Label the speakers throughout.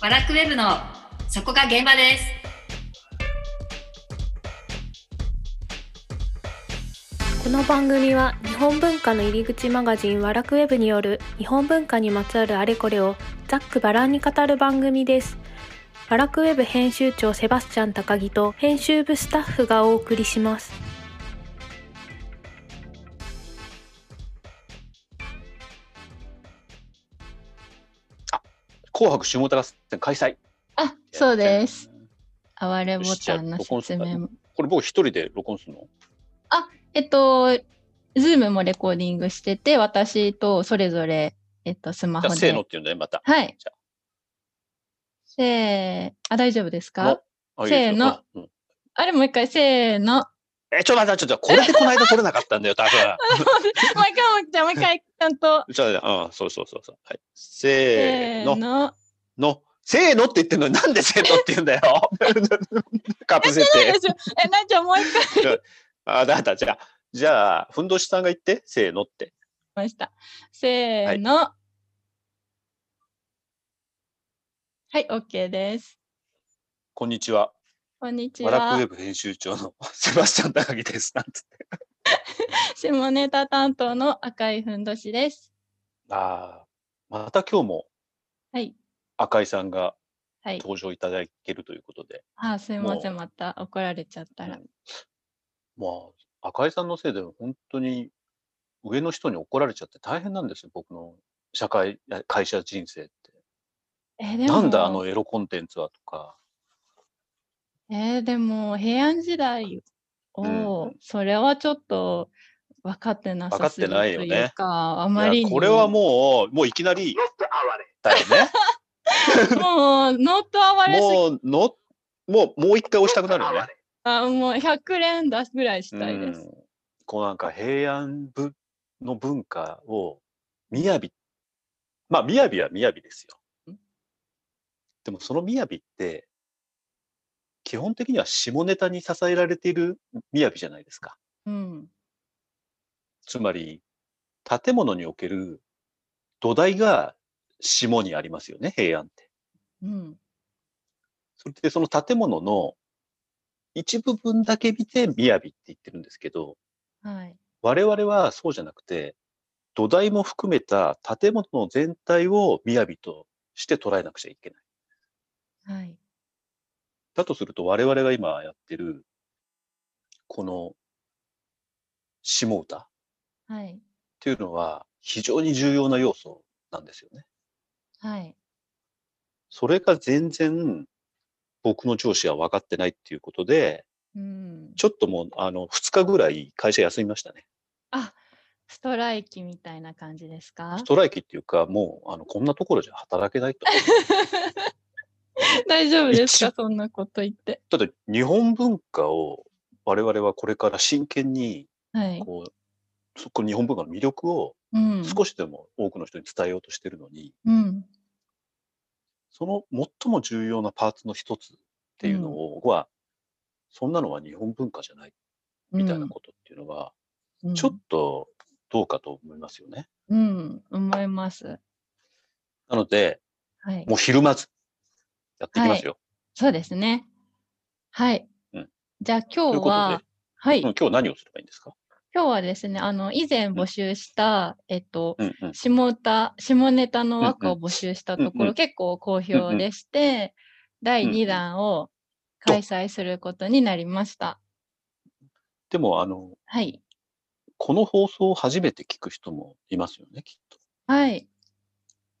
Speaker 1: バラクウェブのそこが現場です。
Speaker 2: この番組は日本文化の入り口マガジンワラクウェブによる日本文化にまつわるあれこれをざっくばらんに語る番組です。ワラクウェブ編集長セバスチャン高木と編集部スタッフがお送りします。
Speaker 3: 紅白下歌合戦開催。
Speaker 4: あ、そうです。哀れボタンの説明も。
Speaker 3: これ僕一人で録音するの
Speaker 4: えっと、ズームもレコーディングしてて、私とそれぞれ、えっと、スマ
Speaker 3: じゃあ、
Speaker 4: ホ
Speaker 3: せーのっ
Speaker 4: で。
Speaker 3: ていうんだね、また。
Speaker 4: はい
Speaker 3: じゃ。
Speaker 4: せー、あ、大丈夫です
Speaker 3: の
Speaker 4: か
Speaker 3: あいいですよ
Speaker 4: せーの
Speaker 3: うん
Speaker 4: あれ、もう一回、せー の。
Speaker 3: え、ちょっと待って、ちょっと待って、これでこの間取れなかったんだ よ、たぶ
Speaker 4: もう一回、もう一回、もう一回、ちゃんと。
Speaker 3: ん。ちょっと待って、うん、そうそうそうそう。はい。せーの、
Speaker 4: の。
Speaker 3: の。せーのって言ってんのになんでせーのって言 うんだよ。かぶせ
Speaker 4: え、
Speaker 3: て。
Speaker 4: ちょえなっちゃん、もう一回言い
Speaker 3: あ、だった、じゃあ、じゃあ、ふんどしさんが言って、せーのって。
Speaker 4: ました。せーの。はい、オッケーです。
Speaker 3: こんにちは。
Speaker 4: こんにち
Speaker 3: ワラクウ
Speaker 4: は
Speaker 3: ェ。ブ編集長の セバスチャン高木です。なんつって。
Speaker 4: 下ネタ担当の赤いふんどしです。
Speaker 3: ああ、また今日も
Speaker 4: はい。
Speaker 3: 赤井さんが
Speaker 4: はい。
Speaker 3: 登場いただけるということで。
Speaker 4: あ、すいません。
Speaker 3: も
Speaker 4: また怒られちゃったら。
Speaker 3: まあ、赤井さんのせいで本当に上の人に怒られちゃって大変なんですよ、僕の社会、あ会社人生って。
Speaker 4: えでも
Speaker 3: なんだあのエロコンテンツはとか。
Speaker 4: えーでも、平安時代を、それはちょっと分かってなさすぎる
Speaker 3: 分かってないよ
Speaker 4: と
Speaker 3: ね
Speaker 4: いうか、あ
Speaker 3: い
Speaker 4: まり
Speaker 3: や
Speaker 4: に
Speaker 3: これはもう、もういきなり、だよ ね。
Speaker 4: う、もう、ノート暴れすぎ
Speaker 3: もう、の、もう、もう一回押したくなるよね。
Speaker 4: た、もう100連打ぐらいしたいです。
Speaker 3: うんこうなんか平安ぶの文化を雅まあ雅は雅ですよ
Speaker 4: ん。
Speaker 3: でもその雅って基本的には下ネタに支えられている雅じゃないですか。
Speaker 4: うん。
Speaker 3: つまり建物における土台が下にありますよね平安って。
Speaker 4: うん。
Speaker 3: それでその建物の一部分だけ見て雅って言ってるんですけど、
Speaker 4: はい。
Speaker 3: 我々はそうじゃなくて、土台も含めた建物の全体を雅として捉えなくちゃいけない。
Speaker 4: はい。
Speaker 3: だとすると我々が今やってる、この下歌っ
Speaker 4: はい。
Speaker 3: ていうのは非常に重要な要素なんですよね。
Speaker 4: はい。
Speaker 3: それが全然僕の上司は分かってないっていうことで、
Speaker 4: うん。
Speaker 3: ちょっともうあの2日ぐらい会社休みましたね。
Speaker 4: あ、ストライキみたいな感じですか
Speaker 3: ストライキっていうかもうあのこんなところじゃ働けないと。
Speaker 4: 大丈夫ですか
Speaker 3: 一
Speaker 4: そんなこと言って。
Speaker 3: ただ日本文化を我々はこれから真剣に
Speaker 4: はい。
Speaker 3: こうそこの日本文化の魅力を
Speaker 4: うん。
Speaker 3: 少しでも多くの人に伝えようとしてるのに、
Speaker 4: うん。
Speaker 3: その最も重要なパーツの一つっていうのを、はそんなのは日本文化じゃないみたいなことっていうのは、
Speaker 4: うん
Speaker 3: ちょっとどうかと思いますよね。
Speaker 4: うん、思います。
Speaker 3: なので
Speaker 4: はい。
Speaker 3: もうひるまずやっていきますよ。
Speaker 4: そうですね。はい。
Speaker 3: うん
Speaker 4: じゃあ
Speaker 3: という
Speaker 4: 今日
Speaker 3: こと
Speaker 4: は
Speaker 3: で、、
Speaker 4: はい、
Speaker 3: うん今日何をすればいいんですか、
Speaker 4: 今日はですね、あの、以前募集した、えっと、
Speaker 3: うんうん
Speaker 4: 下歌、下ネタの和歌
Speaker 3: う
Speaker 4: を募集したとこ
Speaker 3: う
Speaker 4: ろ、
Speaker 3: んうん
Speaker 4: 結構好評でして、第2弾を開催することになりました。
Speaker 3: でもあの
Speaker 4: はい。
Speaker 3: この放送を初めて聞く人もいますよねきっと。
Speaker 4: はい。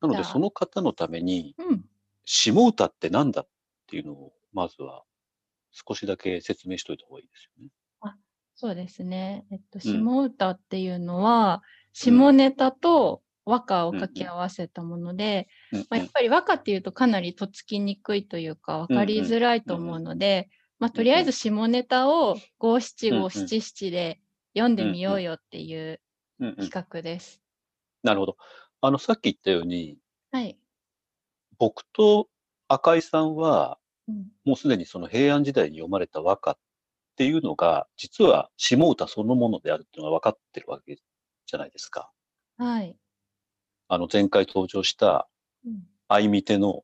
Speaker 3: なので、
Speaker 4: じゃあ
Speaker 3: その方のために、
Speaker 4: うん。
Speaker 3: 下歌ってなんだっていうのを、まずは少しだけ説明しといた方がいいですよね。
Speaker 4: そうですね。えっ
Speaker 3: う
Speaker 4: と、
Speaker 3: ん
Speaker 4: 下歌っていうのは、下ネタと和歌を掛け合わせたもので、
Speaker 3: うん
Speaker 4: まあ、やっぱり和歌っていうとかなりとっつきにくいというか分かりづらいと思うので、まあ、とりあえず下ネタを五七
Speaker 3: うんう
Speaker 4: 五
Speaker 3: ん
Speaker 4: 七七で読んでみようよっていう
Speaker 3: うんうんうん
Speaker 4: 企画です。
Speaker 3: なるほど。あの、さっき言ったように、
Speaker 4: はい。
Speaker 3: 僕と赤井さんは、
Speaker 4: うん
Speaker 3: もうすでにその平安時代に読まれた和歌っていうのが、実は下歌そのものであるっていうのが分かってるわけじゃないですか。
Speaker 4: はい。
Speaker 3: あの、前回登場した
Speaker 4: うん
Speaker 3: 相見手の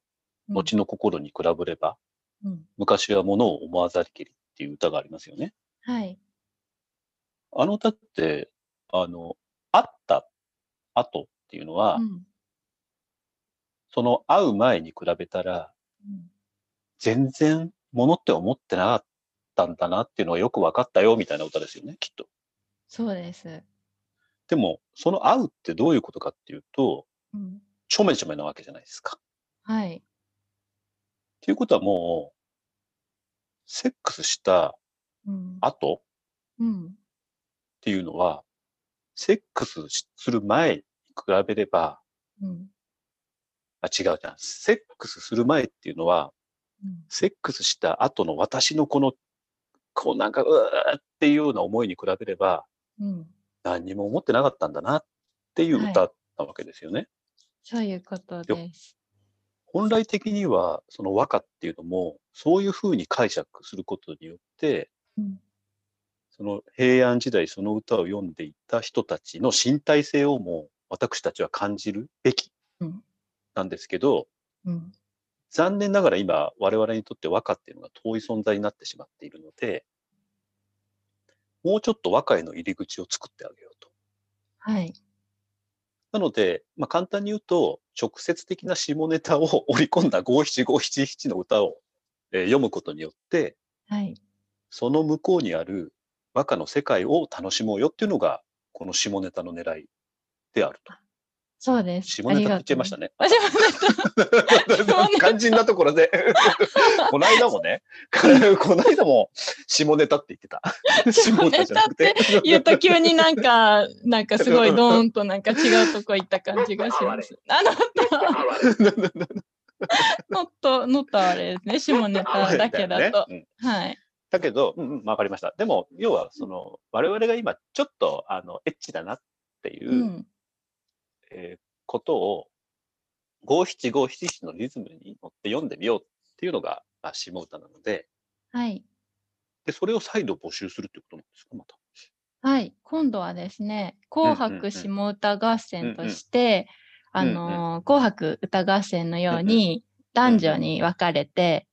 Speaker 3: 後の心に比べれば、
Speaker 4: うん
Speaker 3: 昔は物を思わざりけりっていう歌がありますよね。
Speaker 4: はい。
Speaker 3: あの歌って、あの、会った後っていうのは、
Speaker 4: うん
Speaker 3: その会う前に比べたら、
Speaker 4: うん
Speaker 3: 全然物って思ってなかったんだなっていうのがよく分かったよみたいな歌ですよね、きっと。
Speaker 4: そうです。
Speaker 3: でも、その会うってどういうことかっていうと、
Speaker 4: うん
Speaker 3: ちょめちょめなわけじゃないですか。
Speaker 4: はい。
Speaker 3: っていうことはもう、セックスした
Speaker 4: うん
Speaker 3: 後っ
Speaker 4: うん
Speaker 3: ていうのは、セックスしする前に比べれば、
Speaker 4: うん
Speaker 3: あ、違うじゃん。セックスする前っていうのは、
Speaker 4: うん
Speaker 3: セックスした後の私のこの、こうなんか、うーっていうような思いに比べれば、
Speaker 4: うん
Speaker 3: 何にも思ってなかったんだなっていう歌なわけですよね。
Speaker 4: そういうことです。
Speaker 3: 本来的には、その和歌っていうのも、そういうふうに解釈することによって、
Speaker 4: うん
Speaker 3: その平安時代その歌を読んでいた人たちの身体性をもう私たちは感じるべき
Speaker 4: うん
Speaker 3: なんですけど、
Speaker 4: うん
Speaker 3: 残念ながら今我々にとって和歌っていうのが遠い存在になってしまっているので、もうちょっと和歌への入り口を作ってあげようと。
Speaker 4: はい。
Speaker 3: なので、まあ、簡単に言うと、直接的な下ネタを 織り込んだ五七五七七の歌を、えー読むことによって、
Speaker 4: はい。
Speaker 3: その向こうにある和歌の世界を楽しもうよっていうのが、この下ネタの狙いであると。
Speaker 4: そうです。
Speaker 3: 下ネタって言っちゃいました
Speaker 4: ね。
Speaker 3: ね。
Speaker 4: あ 下ネタ下ネタ
Speaker 3: 肝心なところ で。こないだもね、 こないだも下ネタって言って た。
Speaker 4: 下ネタって言うと急になんか、 なんかすごいドーンとなんか違うとこ行った感じがします。 あの、ノット、ノットあれで すね。下ネタだけだと。
Speaker 3: ねうん
Speaker 4: はい。
Speaker 3: だけど、うんうん、わかりました。でも、要は、その、我々が今、ちょっと、あの、エッチだなっていう、
Speaker 4: うん。
Speaker 3: えーことを、五七五七七のリズムに乗って読んでみようっていうのが、まあ、下歌なので、
Speaker 4: はい。
Speaker 3: で、それを再度募集するってことなんですか、また。
Speaker 4: はい。今度はですね、
Speaker 3: んうん
Speaker 4: 紅白下歌合戦として、
Speaker 3: うんうん
Speaker 4: あのー紅白歌合戦のよう
Speaker 3: うん
Speaker 4: に、男女に分かれて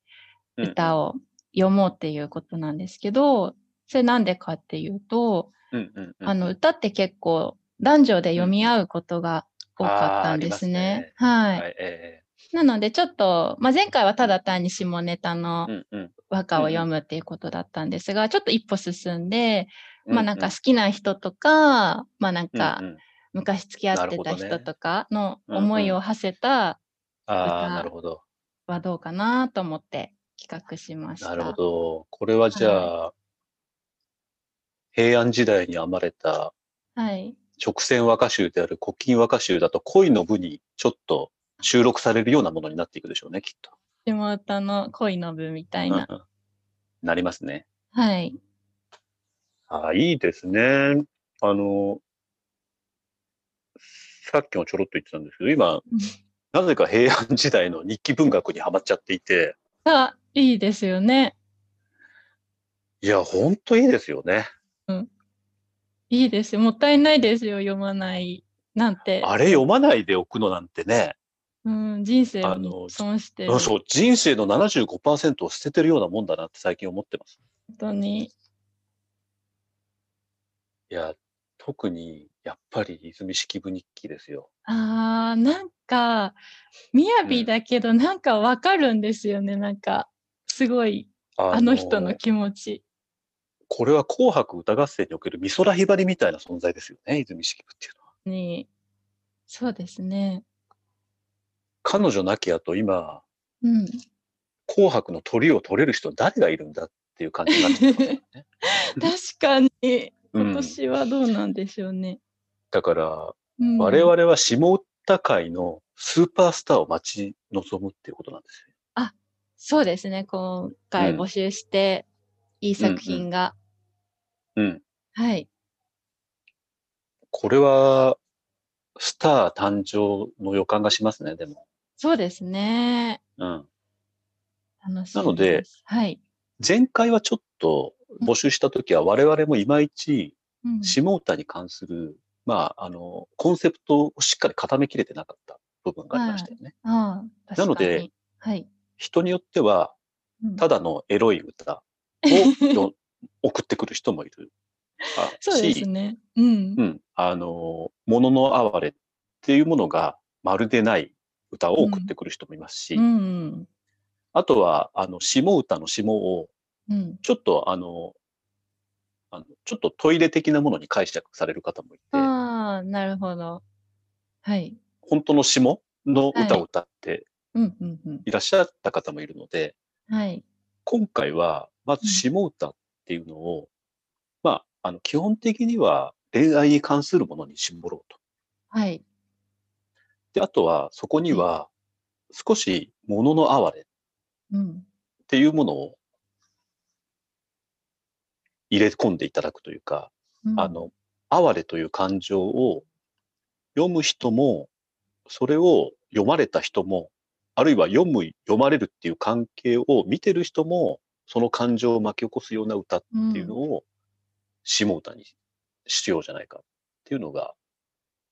Speaker 3: うんうん
Speaker 4: 歌を読もうっていうことなんですけど、それなんでかっていうと、
Speaker 3: うんうんうん
Speaker 4: あの、歌って結構男女で読み合うことが多かったんですね。はい、
Speaker 3: はい、え
Speaker 4: なのでちょっと、まあ、前回はただ単に下ネタの
Speaker 3: ーうんうん
Speaker 4: 和歌を読むっていうことだったんですが、ちょっと一歩進んで、まあなんか
Speaker 3: う
Speaker 4: 好きな人とか、まあなん
Speaker 3: う
Speaker 4: か
Speaker 3: うんうん
Speaker 4: 昔付き合って
Speaker 3: なる
Speaker 4: た
Speaker 3: ほどね
Speaker 4: 人とかの
Speaker 3: うんうん
Speaker 4: 思いを馳せた
Speaker 3: ああ、
Speaker 4: 歌
Speaker 3: なるほど。
Speaker 4: はどうかなと思って企画しました。
Speaker 3: なるほど。これはじゃあ、平安時代に編まれた
Speaker 4: はい。
Speaker 3: 直線和歌集である古今和歌集だと恋の部にちょっと収録されるようなものになっていくでしょうね、きっと。
Speaker 4: 下歌の恋の部みたいな。
Speaker 3: うんうんなりますね。
Speaker 4: はい。
Speaker 3: ああ、いいですね。あの、さっきもちょろっと言ってたんですけど、今、なぜか平安時代の日記文学にはまっちゃっていて、
Speaker 4: あ、いいですよね。
Speaker 3: いや、ほんといいですよね。
Speaker 4: いいですよ。もったいないですよ。読まないなんて。
Speaker 3: あれ読まないでおくのなんてね、
Speaker 4: うん、人生
Speaker 3: あ
Speaker 4: を
Speaker 3: の
Speaker 4: 損してる。
Speaker 3: うん
Speaker 4: 本
Speaker 3: そう、人生の75%を捨ててるようなもんだなって最近思ってます。
Speaker 4: 当に。
Speaker 3: いや、特に、やっぱり泉式部日記ですよ。
Speaker 4: あーなんか、みやびだけど、なんかわかるんですよね。なんか、すごい、
Speaker 3: あ
Speaker 4: あの人の気持ち。
Speaker 3: これは紅白歌合戦における美空ひばりみたいな存在ですよね、泉式部っていうのは。
Speaker 4: に、そうですね。
Speaker 3: 彼女なきあと今、
Speaker 4: うん。
Speaker 3: 紅白の鳥を取れる人誰がいるんだっていう感じになってますよね。
Speaker 4: 確かに、
Speaker 3: う
Speaker 4: 今
Speaker 3: ん、
Speaker 4: 年はどうなんでしょうね。
Speaker 3: だから、
Speaker 4: うん、
Speaker 3: 我々は下歌界のスーパースターを待ち望むっていうことなんですよ。
Speaker 4: そうですね。今回
Speaker 3: うん
Speaker 4: 募集して、いい作品が。
Speaker 3: うん。
Speaker 4: はい。
Speaker 3: これは、スター誕生の予感がしますね、でも。
Speaker 4: そうですね。
Speaker 3: うん。
Speaker 4: 楽しい。
Speaker 3: なので、
Speaker 4: はい。
Speaker 3: 前回はちょっと募集したときは我々もいまいち
Speaker 4: うん
Speaker 3: 下歌に関する、まあ、あの、コンセプトをしっかり固めきれてなかった部分がありましたよね。
Speaker 4: ああ、
Speaker 3: なの
Speaker 4: 確かに
Speaker 3: で、
Speaker 4: はい。
Speaker 3: 人によっては
Speaker 4: うん
Speaker 3: ただのエロい歌 をよ送ってくる人もいるあ
Speaker 4: そうです
Speaker 3: し、
Speaker 4: ね。うん
Speaker 3: う。ん、あの「ものの哀れ」っていうものがまるでない歌を送ってくる人もいますし、
Speaker 4: うん。
Speaker 3: あとはあの下歌の下を
Speaker 4: うん。
Speaker 3: ちょっとあのあのちょっとトイレ的なものに解釈される方もいて
Speaker 4: ああ、なるほど。はい。
Speaker 3: 本当の下の歌を歌って
Speaker 4: うんうんう
Speaker 3: いらっしゃった方もいるので、
Speaker 4: ん。はい。
Speaker 3: 今回はまず下歌っていうのを、まああの基本的には恋愛に関するものに絞ろうと。
Speaker 4: はい。
Speaker 3: であとはそこには少しものの哀れっ
Speaker 4: うん。
Speaker 3: ていうものを入れ込んでいただくというか、
Speaker 4: うん
Speaker 3: あ、の哀れという感情を読む人もそれを読まれた人もあるいは読む読まれるっていう関係を見てる人もその感情を巻き起こすような歌っていうのを下歌にしようじゃないかっていうのが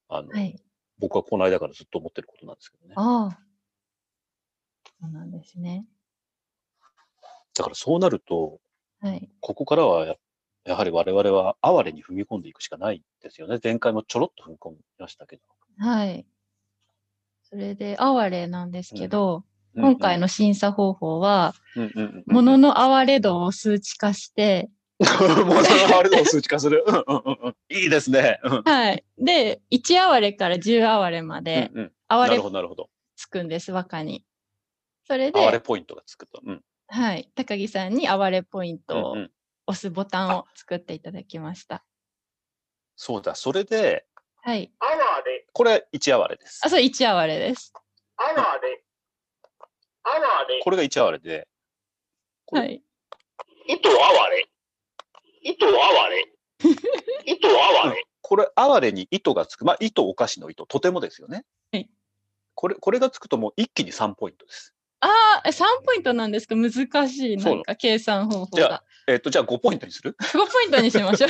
Speaker 3: あの、
Speaker 4: うんはい。
Speaker 3: 僕はこの間からずっと思ってることなんですけどね。
Speaker 4: ああ。そうなんですね。
Speaker 3: だからそうなると
Speaker 4: はい。
Speaker 3: ここからはややはり我々は哀れに踏み込んでいくしかないんですよね。前回もちょろっと踏み込みましたけど。
Speaker 4: はい。それで、哀れなんですけど、
Speaker 3: うん
Speaker 4: 今回の審査方法は、
Speaker 3: うんうんうんうん
Speaker 4: ものの哀れ度を数値化して、
Speaker 3: もうそのあれでも数値化する。うんうんうんうんいいですね。うん
Speaker 4: はい。で、1哀れから10哀れまで、
Speaker 3: うんうんな
Speaker 4: 哀
Speaker 3: る
Speaker 4: れ
Speaker 3: ほど、なるほど。
Speaker 4: つくんです、和歌に。それ
Speaker 3: 哀れ
Speaker 4: で、
Speaker 3: ポイントがつくと。うん
Speaker 4: はい。高木さんに哀れポイントを
Speaker 3: うんうん
Speaker 4: 押すボタンを作っていただきました。
Speaker 3: そうだ、それで、
Speaker 4: はい。
Speaker 5: Anade,
Speaker 3: これ1哀れです
Speaker 4: あ、。そう、1哀れです。
Speaker 5: anade, anade,
Speaker 3: これが1哀れで、これ
Speaker 4: はい。
Speaker 5: itu aware, itu aware, itu aware,
Speaker 3: これ哀れに糸がつく。まあ、糸お菓子の糸、とてもですよね
Speaker 4: はい。
Speaker 3: これこれがつくともう一気に3ポイントです。
Speaker 4: ああ、3ポイントなんですか難しい。
Speaker 3: そう
Speaker 4: な
Speaker 3: なの
Speaker 4: んか計算方法
Speaker 3: じゃ
Speaker 4: が。
Speaker 3: えっと、じゃあ5ポイントにす る
Speaker 4: 5ポイントにしま しょう。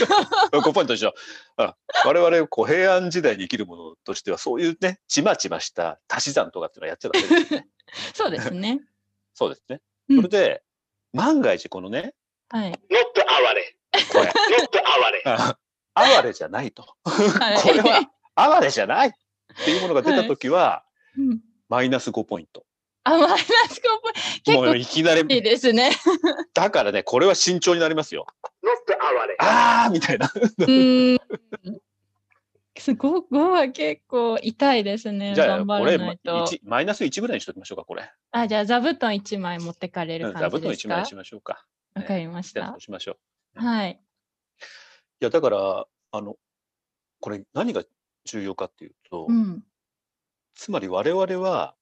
Speaker 3: ?5 ポイントにしよう。うん我々こう平安時代に生きるものとしては、そういうね、ちまちました足し算とかっていうのはやっちゃダメ ですよね。
Speaker 4: そうですね。
Speaker 3: そうですね。
Speaker 4: うん
Speaker 3: それで、万が一このね、
Speaker 4: はい。
Speaker 5: not aware,
Speaker 3: これ、
Speaker 5: not aware.
Speaker 3: あ 哀れじゃないと。
Speaker 4: はい、
Speaker 3: これは哀れじゃないっていうものが出たときは、
Speaker 4: うん
Speaker 3: マイナス5ポイント。
Speaker 4: あ、マイナス5ポ
Speaker 3: も
Speaker 4: イン
Speaker 3: う
Speaker 4: ト。
Speaker 3: いきな
Speaker 4: 結構い
Speaker 3: り、
Speaker 4: いですね。
Speaker 3: だからね、これは慎重になりますよ。
Speaker 5: not aware.
Speaker 3: あーみたいな。
Speaker 4: うーん。すごく5は結構痛いですね。
Speaker 3: じゃあ、
Speaker 4: 頑
Speaker 3: こ
Speaker 4: 張ら
Speaker 3: れ、
Speaker 4: ないと。
Speaker 3: 一マイナス1ぐらいにしときましょうか、これ。
Speaker 4: あ、じゃあ座布団1枚持ってかれ
Speaker 3: う
Speaker 4: る
Speaker 3: ん座
Speaker 4: 感
Speaker 3: 布
Speaker 4: じ
Speaker 3: 団
Speaker 4: です
Speaker 3: 1枚
Speaker 4: か
Speaker 3: にしましょうか。
Speaker 4: わかりまし
Speaker 3: じゃあ、そ
Speaker 4: た
Speaker 3: う。しましょう。
Speaker 4: はい。
Speaker 3: いや、だから、あの、これ何が重要かっていうと、
Speaker 4: うん。
Speaker 3: つまり我々は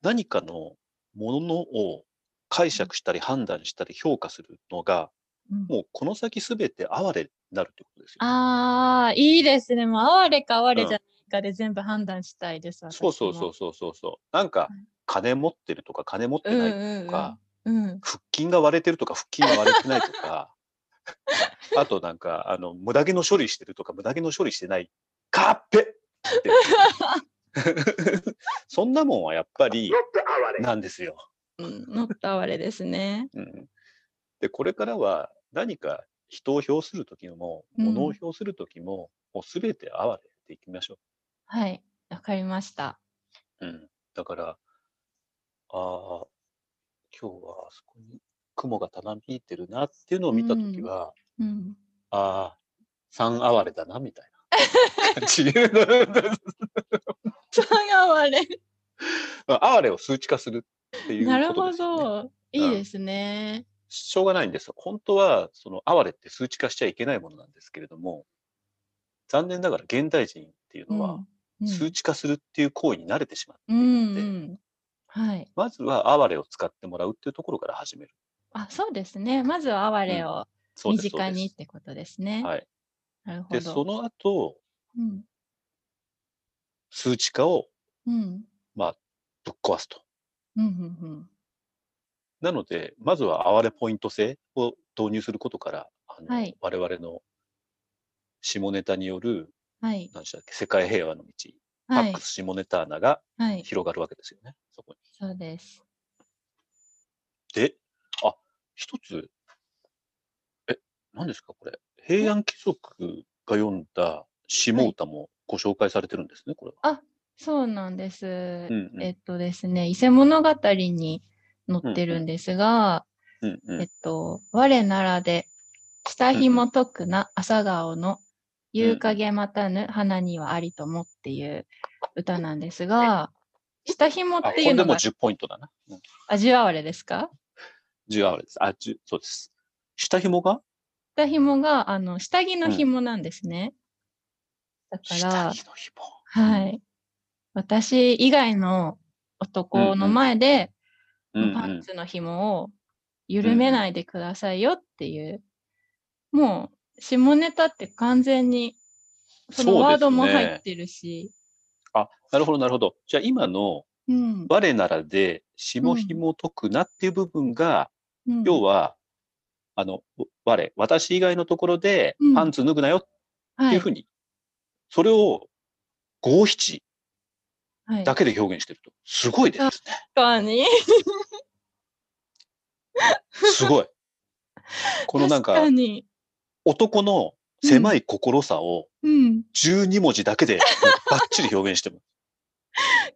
Speaker 3: 何かのものを解釈したり判断したり評価するのが
Speaker 4: うん
Speaker 3: もうこの先すべて哀れになるってことですよ。
Speaker 4: ああ、いいですね。もう、哀れか哀れじゃないかで全部判断したいです。私
Speaker 3: そ
Speaker 4: も
Speaker 3: うそうそうそうそうそう。なんか
Speaker 4: はい
Speaker 3: 金持ってるとか金持って
Speaker 4: うん
Speaker 3: な
Speaker 4: う
Speaker 3: いと
Speaker 4: ん
Speaker 3: か、
Speaker 4: うん。うん。
Speaker 3: 腹筋が割れてるとか腹筋が割れてないとか あとなんかあの無駄毛の処理してるとか無駄毛の処理してないカッペって そんなもんはやっぱり
Speaker 5: not aware.
Speaker 3: なんですよ。
Speaker 4: うん乗った哀れですね。
Speaker 3: うんでこれからは何か人を評する時も
Speaker 4: うん
Speaker 3: 物を評する時も,、もう全て哀れでいきましょ
Speaker 4: はい。わかりました。
Speaker 3: う、うん、だからあー今日はあそこに雲がたなびいてるなっていうのを見た時は、
Speaker 4: うん。
Speaker 3: ああ三哀れだなみたいな感 じうん
Speaker 4: 3哀れ。
Speaker 3: 哀れを数値化するっていうことです、ね、
Speaker 4: なるほど。いい
Speaker 3: うん
Speaker 4: ですね。
Speaker 3: しょうがないんですよ。本当は、その、哀れって数値化しちゃいけないものなんですけれども、残念ながら現代人っていう
Speaker 4: うん
Speaker 3: のは、
Speaker 4: うん
Speaker 3: 数値化するっていう行為に慣れてしまって
Speaker 4: う
Speaker 3: いる
Speaker 4: ん
Speaker 3: ので、
Speaker 4: うん。はい。
Speaker 3: まずは哀れを使ってもらうっていうところから始める。
Speaker 4: あ、そうですね。まずは哀れを
Speaker 3: そう
Speaker 4: 身
Speaker 3: です。
Speaker 4: 近にっ
Speaker 3: そう
Speaker 4: てことですね
Speaker 3: です。はい。
Speaker 4: なるほ
Speaker 3: で、そ
Speaker 4: ど。
Speaker 3: の後、
Speaker 4: うん。
Speaker 3: 数値化を
Speaker 4: うん。
Speaker 3: ぶっ壊すと。
Speaker 4: うんうんうん。
Speaker 3: なので、まずは哀れポイント制を導入することから、あの
Speaker 4: はい
Speaker 3: 我々の下ネタによる、
Speaker 4: はい。
Speaker 3: 何でしたっけ、世界平和の道、パ
Speaker 4: は
Speaker 3: ッ
Speaker 4: い
Speaker 3: ク。ス下ネタ穴が
Speaker 4: はい。
Speaker 3: 広がるわけですよね。そこに。
Speaker 4: そうです。
Speaker 3: で、あ、一つ、え、何ですか、これ。平安貴族が詠んだ下歌もご紹介されてるんですね、これは。
Speaker 4: そうなんです。
Speaker 3: うんうん
Speaker 4: えっとですね、伊勢物語に載ってるんですが、
Speaker 3: うんう
Speaker 4: えっ
Speaker 3: ん
Speaker 4: と、我ならで、下ひもとくな朝顔の夕影またぬ花にはありともっていう歌なんですが、下ひも
Speaker 3: あ、
Speaker 4: っ
Speaker 3: こ
Speaker 4: ていう
Speaker 3: れで
Speaker 4: の
Speaker 3: も
Speaker 4: が
Speaker 3: 10ポイントだな。うん
Speaker 4: 味わわれですか
Speaker 3: 10あれです。あ、10、そうです。下紐が
Speaker 4: 下紐が、あの、下着の
Speaker 3: うん
Speaker 4: 紐なんですね。だか
Speaker 3: 下
Speaker 4: ら、
Speaker 3: 着の紐。
Speaker 4: はい。私以外の男の前で、
Speaker 3: うんう
Speaker 4: パン
Speaker 3: ん。
Speaker 4: ツの紐を緩めないでくださいよっていう、もう下ネタって完全に
Speaker 3: そうです
Speaker 4: その
Speaker 3: ね
Speaker 4: ワードも入ってるし、
Speaker 3: あ、なるほど、なるほど。じゃあ今の、
Speaker 4: うん
Speaker 3: 我ならで、下紐解くなっていう部分が、
Speaker 4: うん
Speaker 3: 要は、あの、我、私以外のところで
Speaker 4: うん、
Speaker 3: パンツ脱ぐなよっっ
Speaker 4: は
Speaker 3: てい
Speaker 4: いう
Speaker 3: ふうに、それを五七
Speaker 4: はい
Speaker 3: だけで表現してると。すごいですね。
Speaker 4: 確かに
Speaker 3: すごい。このなんか
Speaker 4: 確、かに、
Speaker 3: 男の狭い心さを
Speaker 4: うん、
Speaker 3: 12文字だけでバッチリ表現してます。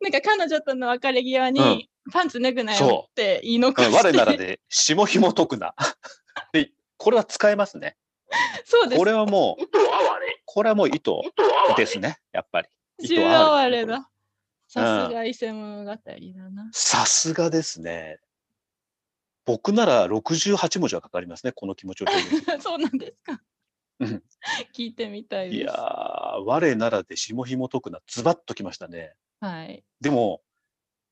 Speaker 4: なんか彼女との別れ際に、
Speaker 3: うん
Speaker 4: パンツ脱ぐな
Speaker 3: そう
Speaker 4: よって言い残
Speaker 3: うん
Speaker 4: して、
Speaker 3: 我ならで、下紐解くな。 でこれは使えますね。
Speaker 4: そうです
Speaker 3: これはもう、
Speaker 5: itu aware,
Speaker 3: これはもう糸
Speaker 5: itu aware,
Speaker 3: ですね。やっぱり。
Speaker 4: 中
Speaker 3: 糸はあ
Speaker 4: 哀
Speaker 3: る
Speaker 4: れださすが伊勢物語だな、
Speaker 3: さすがですね。僕なら68文字はかかりますね。この気持ちを表現する
Speaker 4: そうなんですか
Speaker 3: うん
Speaker 4: 聞いてみ たいです
Speaker 3: いやー、我ならで下紐解くな、ズバッときましたね。
Speaker 4: はい
Speaker 3: でも、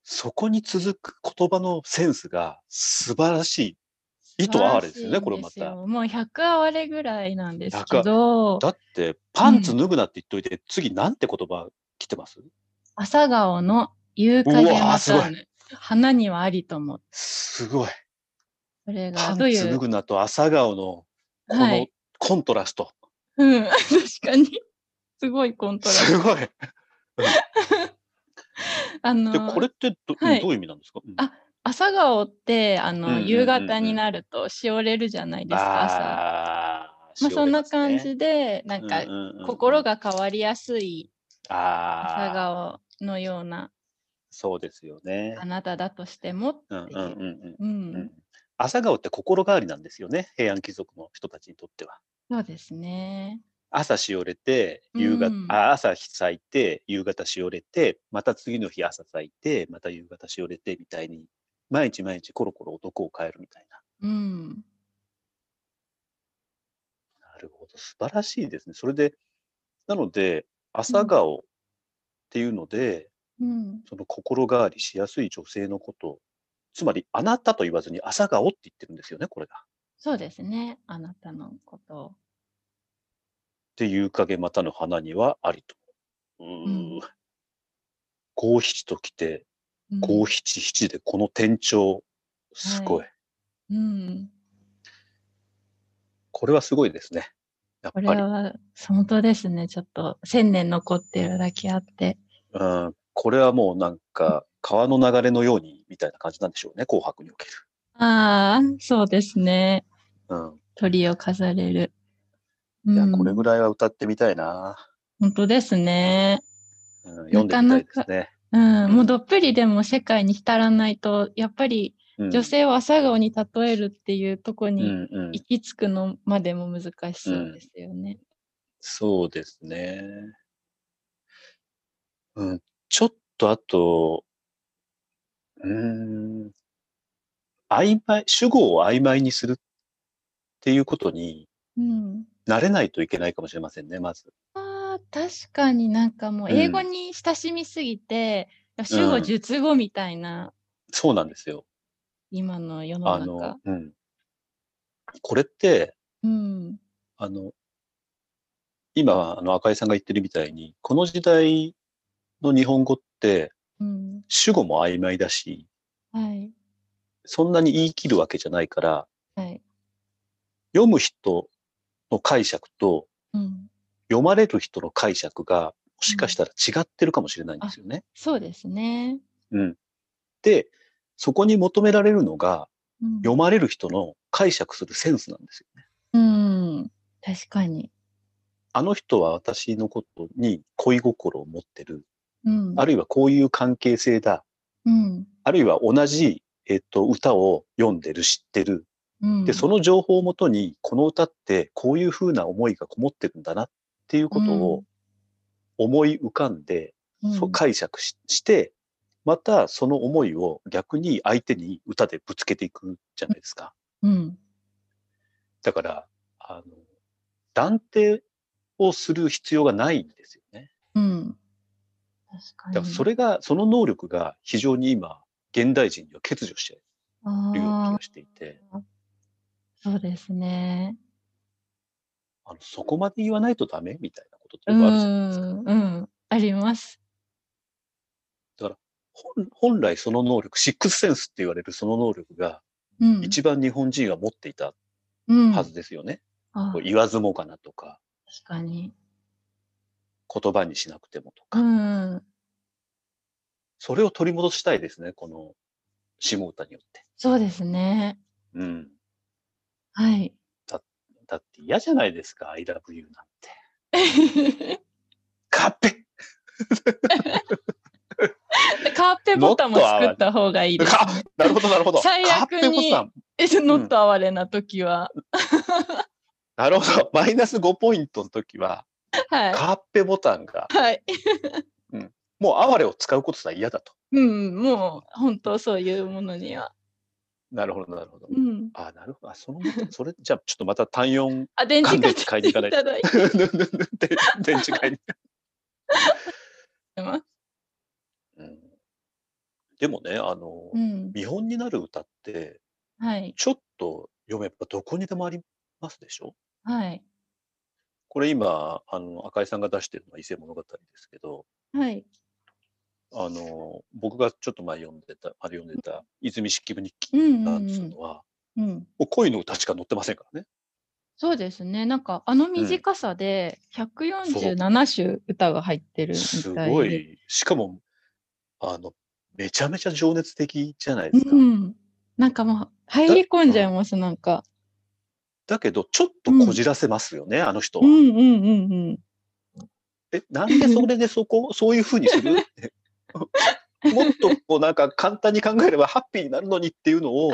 Speaker 3: そこに続く言葉のセンスが素晴らしい。糸哀れですよね、これま
Speaker 4: 素晴らしいんです
Speaker 3: た。
Speaker 4: よもう100哀れぐらいなんですけど、
Speaker 3: だって、パンツ脱ぐなって言っといて、次なんて言葉来てます
Speaker 4: 朝顔の夕
Speaker 3: う
Speaker 4: 影
Speaker 3: わー
Speaker 4: ます
Speaker 3: ごい
Speaker 4: たぬ花にはありとも。
Speaker 3: すごい。
Speaker 4: それ
Speaker 3: パ
Speaker 4: が
Speaker 3: ン
Speaker 4: どうい
Speaker 3: ツ脱
Speaker 4: う。
Speaker 3: ぐなと朝顔のこ
Speaker 4: は
Speaker 3: の
Speaker 4: い。
Speaker 3: コントラスト。
Speaker 4: うん。 確かに。すごいコントラス
Speaker 3: す
Speaker 4: ト。
Speaker 3: ごい。
Speaker 4: あ
Speaker 3: で、
Speaker 4: の
Speaker 3: これってど,、
Speaker 4: はい
Speaker 3: どういう意味なんですか、うん
Speaker 4: あ朝顔ってあの、
Speaker 3: うんうんうんうん
Speaker 4: 夕方になるとしおれるじゃないですか、朝。
Speaker 3: あー
Speaker 4: まあ、
Speaker 3: し
Speaker 4: そ
Speaker 3: おれ
Speaker 4: んな
Speaker 3: ますね
Speaker 4: 感じで、なんか
Speaker 3: うんうんうんうん
Speaker 4: 心が変わりやすい朝
Speaker 3: ああ、
Speaker 4: 顔のような
Speaker 3: そうですよね
Speaker 4: あ。なただとしてもって
Speaker 3: うんうん
Speaker 4: いうう。
Speaker 3: んう
Speaker 4: う
Speaker 3: んうんん。朝顔って心変わりなんですよね。平安貴族の人たちにとっては。
Speaker 4: そうですね。
Speaker 3: 朝しおれて、夕方、
Speaker 4: うん
Speaker 3: あ朝日咲いて、夕方しおれて、また次の日朝咲いて、また夕方しおれてみたいに、毎日毎日コロコロ男を変えるみたい
Speaker 4: うん。
Speaker 3: な。なるほど。素晴らしいですね。それで、なので、朝顔っていうので、
Speaker 4: うん、
Speaker 3: その心変わりしやすい女性のこと、つまり、あなたと言わずに朝顔って言ってるんですよね、これが。
Speaker 4: そうですね。あなたのことを。
Speaker 3: っていう影またの花にはありと。うー。
Speaker 4: うん
Speaker 3: 五七と来て、
Speaker 4: うん
Speaker 3: 五七七でこの転調、すごい,、
Speaker 4: はうん。
Speaker 3: これはすごいですね。やっ
Speaker 4: これ
Speaker 3: ぱり。
Speaker 4: は、本当ですね。ちょっと、千年残ってるだけあって。
Speaker 3: うん。これはもうなんか、川の流れのように、みたいな感じなんでしょうね、紅白における。
Speaker 4: ああ、そうですね。
Speaker 3: うん。
Speaker 4: 鳥を飾れる。
Speaker 3: いや、
Speaker 4: うん
Speaker 3: これぐらいは歌ってみたいな。
Speaker 4: 本当ですね。
Speaker 3: うん、読んでみたいですね。
Speaker 4: うん。もうどっぷりでも世界に浸らないと、やっぱり
Speaker 3: うん
Speaker 4: 女性を朝顔に例えるっていうとこ
Speaker 3: う
Speaker 4: に
Speaker 3: んうん
Speaker 4: 行。き着くのまでも難しそうですよね。
Speaker 3: そうですね。うん、ちょっとあと、うーん、曖昧、主語を曖昧にするっていうことに
Speaker 4: うん。
Speaker 3: 慣れないといけないかもしれませんね、まず。
Speaker 4: あー確かになんかもう
Speaker 3: うん
Speaker 4: 英語に親しみすぎて、主
Speaker 3: う
Speaker 4: 語
Speaker 3: ん
Speaker 4: 述語みたいな、
Speaker 3: そうなんですよ。
Speaker 4: 今の世の
Speaker 3: あ
Speaker 4: 中
Speaker 3: の、、うん。これって、
Speaker 4: うん、
Speaker 3: あの、今、あの、赤井さんが言ってるみたいに、この時代の日本語って、
Speaker 4: うん、
Speaker 3: 主語も曖昧だし、
Speaker 4: はい、
Speaker 3: そんなに言い切るわけじゃないから、
Speaker 4: はい、
Speaker 3: 読む人の解釈と
Speaker 4: うん、
Speaker 3: 読まれる人の解釈がもしかしたら違ってるかもしれないんですよね。
Speaker 4: そうですね。
Speaker 3: うん。で、そこに求められるのが、
Speaker 4: うん
Speaker 3: 読まれる人の解釈するセンスなんですよね。
Speaker 4: うん。確かに。
Speaker 3: あの人は私のことに恋心を持ってる。
Speaker 4: うん。
Speaker 3: あるいはこういう関係性だ。
Speaker 4: うん。
Speaker 3: あるいは同じ、えっと、歌を読んでる、知ってる。
Speaker 4: うん。
Speaker 3: で、その情報をもとに、この歌ってこういうふうな思いがこもってるんだなっていうこと
Speaker 4: う
Speaker 3: を思い浮かんで、そう解釈しして、またその思いを逆に相手に歌でぶつけていくじゃないですか。
Speaker 4: うん。
Speaker 3: だから、あの、断定をする必要がないんですよね。
Speaker 4: うん。確かに。
Speaker 3: だからそれが、その能力が非常に今、現代人には欠如しているような気
Speaker 4: あ
Speaker 3: がしていて、
Speaker 4: ーそうですね。
Speaker 3: あのそこまで言わないとダメみたいなことって
Speaker 4: う
Speaker 3: よ
Speaker 4: ん。
Speaker 3: くあ
Speaker 4: う
Speaker 3: るじゃないですか。
Speaker 4: ん。あります。
Speaker 3: 本本来その能力、シックスセンスって言われるその能力が
Speaker 4: うん。
Speaker 3: 一番日本人が持っていた
Speaker 4: うん。
Speaker 3: はずですよね。
Speaker 4: あ
Speaker 3: こう言わずもがなとか、
Speaker 4: 確かに。
Speaker 3: 言葉にしなくてもと
Speaker 4: う
Speaker 3: か、
Speaker 4: ん。
Speaker 3: それを取り戻したいですね、この下歌によって。
Speaker 4: そうですね。
Speaker 3: うん。
Speaker 4: はい。
Speaker 3: だって嫌じゃないですか、I love you なんて。カッペ
Speaker 4: カーペボタンも作った方がいいです、ね。
Speaker 3: あなるほど、なるほど。
Speaker 4: 最悪
Speaker 3: カッ
Speaker 4: に
Speaker 3: ペボタン。
Speaker 4: え、ノット哀れな時は。
Speaker 3: なるほど。マイナス5ポイントの時は、
Speaker 4: はい。
Speaker 3: カッペボタンが、
Speaker 4: はい。
Speaker 3: もう哀れを使うことすら嫌だと。
Speaker 4: うん、もう本当そういうものには。
Speaker 3: なるほど、なるほど。
Speaker 4: うん。
Speaker 3: あ、なるほど。あその、それ、じゃあ、ちょっとまた単四
Speaker 4: あ、電池
Speaker 3: 乾電池
Speaker 4: 買
Speaker 3: 買
Speaker 4: っ
Speaker 3: い
Speaker 4: て
Speaker 3: に
Speaker 4: い
Speaker 3: 行か
Speaker 4: た
Speaker 3: ないと
Speaker 4: だい
Speaker 3: で電池買いに。
Speaker 4: てます。
Speaker 3: うん、でもね、あの、
Speaker 4: うん。
Speaker 3: 見本になる歌って、
Speaker 4: はい。
Speaker 3: ちょっと読めばどこにでもありますでしょ
Speaker 4: はい。
Speaker 3: これ今、あの、赤井さんが出してるのは伊勢物語ですけど、
Speaker 4: はい。
Speaker 3: あの、僕がちょっと前読んでた、あれ読んでた、泉式部日記
Speaker 4: うん、う
Speaker 3: なん
Speaker 4: ん
Speaker 3: つうのは、
Speaker 4: うん。うん。
Speaker 3: もう恋の歌しか載ってませんからね。
Speaker 4: そうですね。なんかあの短さで147首歌が入ってる
Speaker 3: す
Speaker 4: みたい
Speaker 3: ご
Speaker 4: で。
Speaker 3: い。しかも、あの、めちゃめちゃ情熱的じゃないですか。
Speaker 4: うん。なんかもう入り込んじゃいます、なんか。
Speaker 3: だけど、ちょっとこじらせますよね、あの人
Speaker 4: う
Speaker 3: は。
Speaker 4: んうんうんうん。
Speaker 3: え、なんでそれでそ こ、そういうふうにする って。もっとこうなんか簡単に考えればハッピーになるのにっていうのを、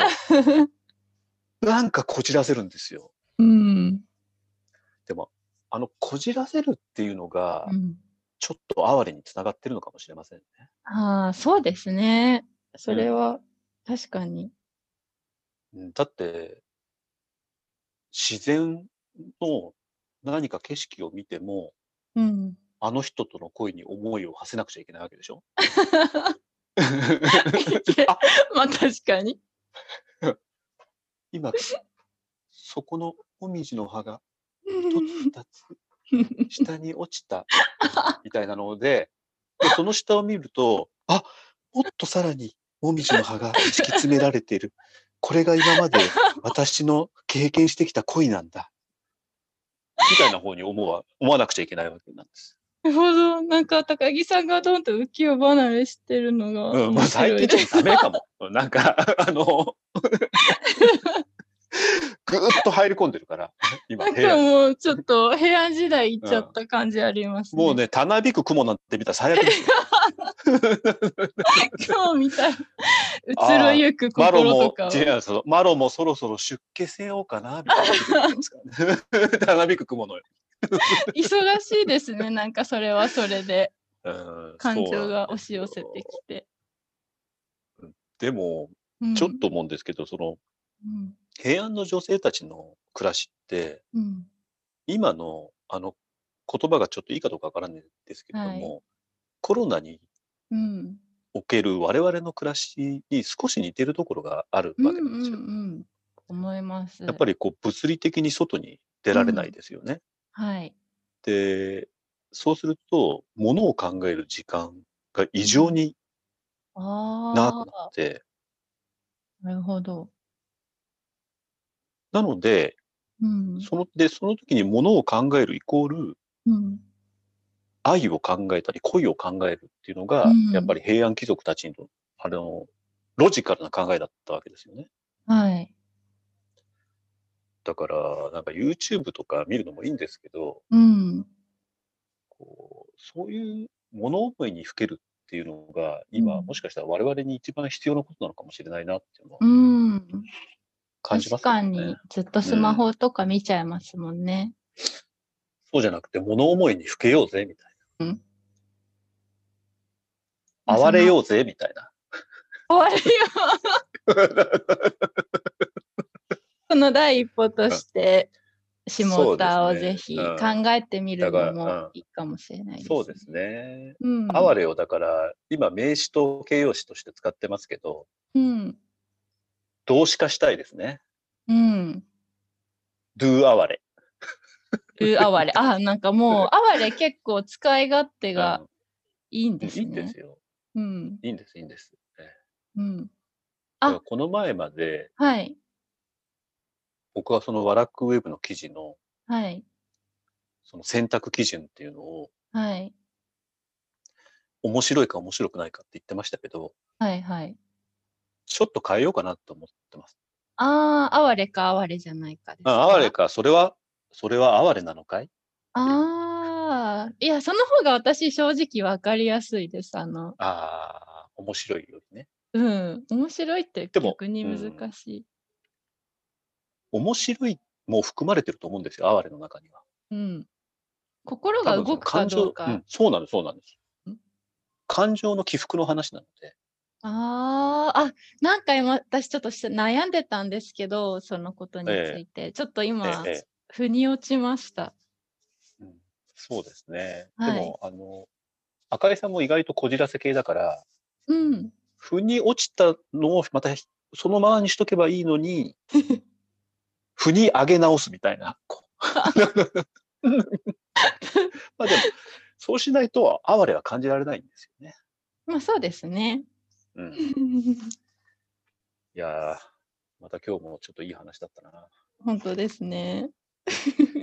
Speaker 3: なんかこじらせるんですよ。
Speaker 4: うん。
Speaker 3: でも、あの、こじらせるっていうのが
Speaker 4: う、ん
Speaker 3: ちょっと哀れにつながってるのかもしれませんね。
Speaker 4: ああ、そうですね。それは確かに。
Speaker 3: うんだって、自然の何か景色を見ても、
Speaker 4: うん。
Speaker 3: あの人との恋に思いを馳せなくちゃいけないわけでしょ あ
Speaker 4: まあ確かに。
Speaker 3: 今、そこの紅葉の葉が2つ下に落ちたみたいなので、でその下を見ると、あもっとさらにもみじの葉が敷き詰められている。これが今まで私の経験してきた恋なんだ。みたいな方に思わ思わなくちゃいけないわけなんです。
Speaker 4: なるほど。なんか高木さんがどんと浮世離れしてるのが
Speaker 3: うん、も
Speaker 4: 面
Speaker 3: う最
Speaker 4: 白い
Speaker 3: 近
Speaker 4: で
Speaker 3: ちょっ
Speaker 4: す。
Speaker 3: とダメかも。なんか、あの、ぐーっと入り込んでるから、今、
Speaker 4: なん
Speaker 3: 部屋
Speaker 4: か
Speaker 3: に
Speaker 4: もうちょっと平安時代行っちゃった感じありますね。
Speaker 3: もうね、たなびく雲なんて見たら最悪ですよ。
Speaker 4: 今日みたい。移
Speaker 3: あー
Speaker 4: ろゆく
Speaker 3: マロ
Speaker 4: 心と
Speaker 3: も
Speaker 4: か、を。
Speaker 3: 違う、その、マロもそろそろ出家せようかな、みたいなことになってますから ね。 たなびく雲の、
Speaker 4: 忙しいですね。なんかそれはそれで
Speaker 3: うん
Speaker 4: 感情が押し寄せてき。て。
Speaker 3: そうなんですよでも、
Speaker 4: う ん
Speaker 3: ちょっと思うんですけど、その、
Speaker 4: うん
Speaker 3: 平安の女性たちの暮らしって、
Speaker 4: うん
Speaker 3: 今の、あの、言葉がちょっといいかどうかわからないですけれども、コロナに
Speaker 4: うん
Speaker 3: おける我々の暮らしに少し似てるところがある
Speaker 4: うん
Speaker 3: わけなんですよ。
Speaker 4: うんうん思います。
Speaker 3: やっぱりこう物理的に外に出られないですよね。
Speaker 4: はい。
Speaker 3: で、そうすると、ものを考える時間が異常に長
Speaker 4: あ
Speaker 3: くなって、
Speaker 4: あ、なるほど。
Speaker 3: なので、
Speaker 4: うん。
Speaker 3: その、で、その時にものを考えるイコール、
Speaker 4: うん。
Speaker 3: 愛を考えたり、恋を考えるっていうのが
Speaker 4: うん、
Speaker 3: やっぱり平安貴族たちの、あの、ロジカルな考えだったわけですよね。
Speaker 4: はい。
Speaker 3: だから、なんか YouTube とか見るのもいいんですけど、
Speaker 4: うん。
Speaker 3: こうそういう物思いにふけるっていうのが、今、
Speaker 4: うん
Speaker 3: もしかしたら我々に一番必要なことなのかもしれないなっていうのは
Speaker 4: うん。
Speaker 3: 感じま
Speaker 4: 確
Speaker 3: すよ
Speaker 4: か
Speaker 3: ね。
Speaker 4: に、ずっとスマホとか見ちゃいますもんね。
Speaker 3: そうじゃなくて、物思いにふけようぜ、みたい
Speaker 4: うん
Speaker 3: な。哀れようぜ、みたいな。
Speaker 4: 終わりよ。この第一歩として、下田を
Speaker 3: そうですね
Speaker 4: ぜひ
Speaker 3: うん
Speaker 4: 考えてみるの
Speaker 3: だからうん
Speaker 4: もいいかもしれないです、
Speaker 3: そうですね。
Speaker 4: うん。
Speaker 3: 哀れをだから、今名詞と形容詞として使ってますけど、
Speaker 4: うん。
Speaker 3: 動詞化したいですね。
Speaker 4: うん。
Speaker 3: do 哀れ。
Speaker 4: う 哀れ。あ、なんかもう、哀れ結構使い勝手が
Speaker 3: うん
Speaker 4: いいんです
Speaker 3: いいんで
Speaker 4: ね
Speaker 3: す。よ。
Speaker 4: うん。
Speaker 3: いいんです、いいんです。ええ
Speaker 4: うん。あ
Speaker 3: だからこの前まで、
Speaker 4: はい。
Speaker 3: 僕はそのワラックウェブの記事の、
Speaker 4: はい。
Speaker 3: その選択基準っていうのを、
Speaker 4: はい。
Speaker 3: 面白いか面白くないかって言ってましたけど、
Speaker 4: はい。はい。
Speaker 3: ちょっと変えようかなと思ってます。
Speaker 4: ああ、哀れか哀れじゃないかです
Speaker 3: あ
Speaker 4: か
Speaker 3: 哀れか、それは、それは哀れなのかい
Speaker 4: ああ、いや、その方が私正直わかりやすいです。あの、
Speaker 3: ああ、面白いよりね。
Speaker 4: うん、面白いって
Speaker 3: でも
Speaker 4: 逆に
Speaker 3: うん
Speaker 4: 難し
Speaker 3: 面白いも含まれてると思うんですよ、哀れの中には。
Speaker 4: い。うん。心が動くかど
Speaker 3: 多分その感
Speaker 4: う
Speaker 3: 情う
Speaker 4: か
Speaker 3: ん。そうなんです、そうなんです
Speaker 4: ん。
Speaker 3: 感情の起伏の話なので。
Speaker 4: ああ、あ、なんか今、私ちょっとし悩んでたんですけど、そのことにつ
Speaker 3: ええ
Speaker 4: いて。ちょっと今、
Speaker 3: ええ
Speaker 4: 腑に落ちました。
Speaker 3: うんそうですね。
Speaker 4: はい
Speaker 3: でも、あの、赤井さんも意外とこじらせ系だから、
Speaker 4: うん。
Speaker 3: 腑に落ちたのをまたそのままにしとけばいいの に、腑に上げ直すみたいな。こう まあでも、そうしないと哀れは感じられないんですよね。
Speaker 4: まあそうですね。
Speaker 3: うん、いやー、また今日もちょっといい話だったな。
Speaker 4: 本当ですね。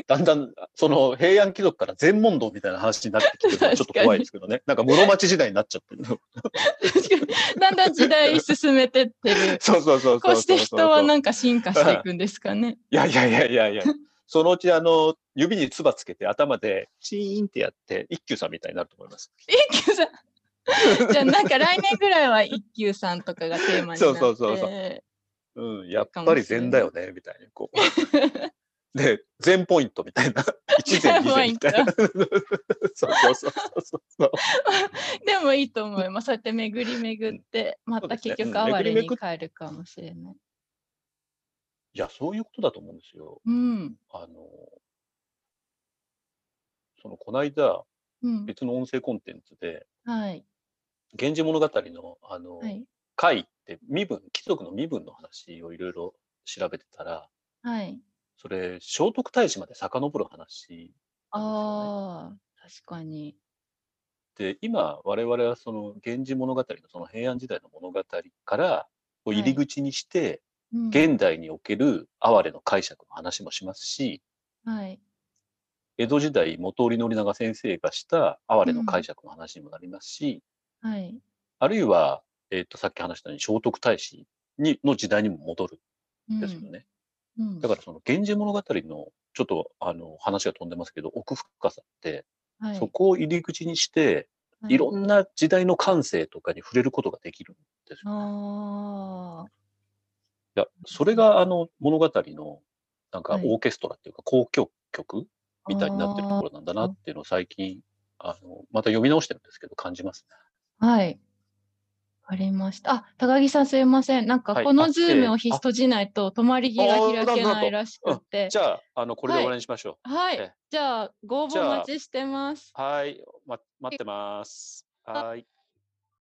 Speaker 3: だんだん、その平安貴族から全問答みたいな話になってきてるのはちょっと怖いですけどね。なんか室町時代になっちゃってる。
Speaker 4: 確かにだんだん時代進めてってる。
Speaker 3: そうそうそうそうそうそう。
Speaker 4: こうして人はなんか進化していくんですか ね。
Speaker 3: いやいやいやいやいや、そのうちあの、指に唾つけて頭でチーンってやって、一休さんみたいになると思います。
Speaker 4: 一休さん。 じゃあなんか来年ぐらいは一休さんとかがテーマにな
Speaker 3: そ
Speaker 4: って。
Speaker 3: うそうそうそううん、やっぱり禅だよね、みたいにこう。 で、禅ポイントみた いな。一禅二禅みたいな。 そうそうそうそうそう。
Speaker 4: でもいいと思います。そうやって巡り巡って、また結局
Speaker 3: そうですねうん
Speaker 4: 哀れ
Speaker 3: 巡り
Speaker 4: に
Speaker 3: 巡っ
Speaker 4: 帰るかもしれない。
Speaker 3: いや、そういうことだと思うんですよ。
Speaker 4: うん。
Speaker 3: あの、その、この間、
Speaker 4: うん。
Speaker 3: 別の音声コンテンツで、
Speaker 4: はい。
Speaker 3: 源氏物語の、あの、
Speaker 4: はい。
Speaker 3: 会って身分、貴族の身分の話をいろいろ調べてたら、
Speaker 4: はい。
Speaker 3: それ、聖徳太子まで遡る話
Speaker 4: ああ、確かに。
Speaker 3: で、今、我々はその源氏物語のその平安時代の物語から、こう入り口にして、
Speaker 4: うん、
Speaker 3: 現代における哀れの解釈の話もしますし、
Speaker 4: はい。
Speaker 3: 江戸時代、元織宣長先生がした哀れの解釈の話にもなりますし、
Speaker 4: はい。
Speaker 3: あるいは、えっ、と、さっき話したように聖徳太子にの時代にも戻る
Speaker 4: うん
Speaker 3: んですよね。
Speaker 4: うん
Speaker 3: だからその源氏物語のちょっとあの話が飛んでますけど奥深さって、
Speaker 4: はい
Speaker 3: そこを入り口にして、、
Speaker 4: はい
Speaker 3: ろんな時代の感性とかに触れることができるんですよ、ね。
Speaker 4: ああ、
Speaker 3: いやそれがあの物語のなんか
Speaker 4: はい
Speaker 3: オーケストラっていうか交響曲みたいになってるところなんだなっていうのを最近あのまた読み直してるんですけど感じますね。
Speaker 4: はい。わかりました。あ、高木さんすいません。なんか
Speaker 3: はい
Speaker 4: この
Speaker 3: あ
Speaker 4: ズー
Speaker 3: ええ
Speaker 4: ムをひ
Speaker 3: あ
Speaker 4: 閉じないと、止まり木が
Speaker 3: あー
Speaker 4: 開け
Speaker 3: なんだ
Speaker 4: ないらしくて。
Speaker 3: じゃああのこれで終わりにしましょ
Speaker 4: は
Speaker 3: え
Speaker 4: い
Speaker 3: え。
Speaker 4: じゃあ、ご応
Speaker 3: じ
Speaker 4: 募
Speaker 3: ゃ
Speaker 4: お
Speaker 3: あ
Speaker 4: 待ちしてます。
Speaker 3: う。はい、ま、待ってます。はい。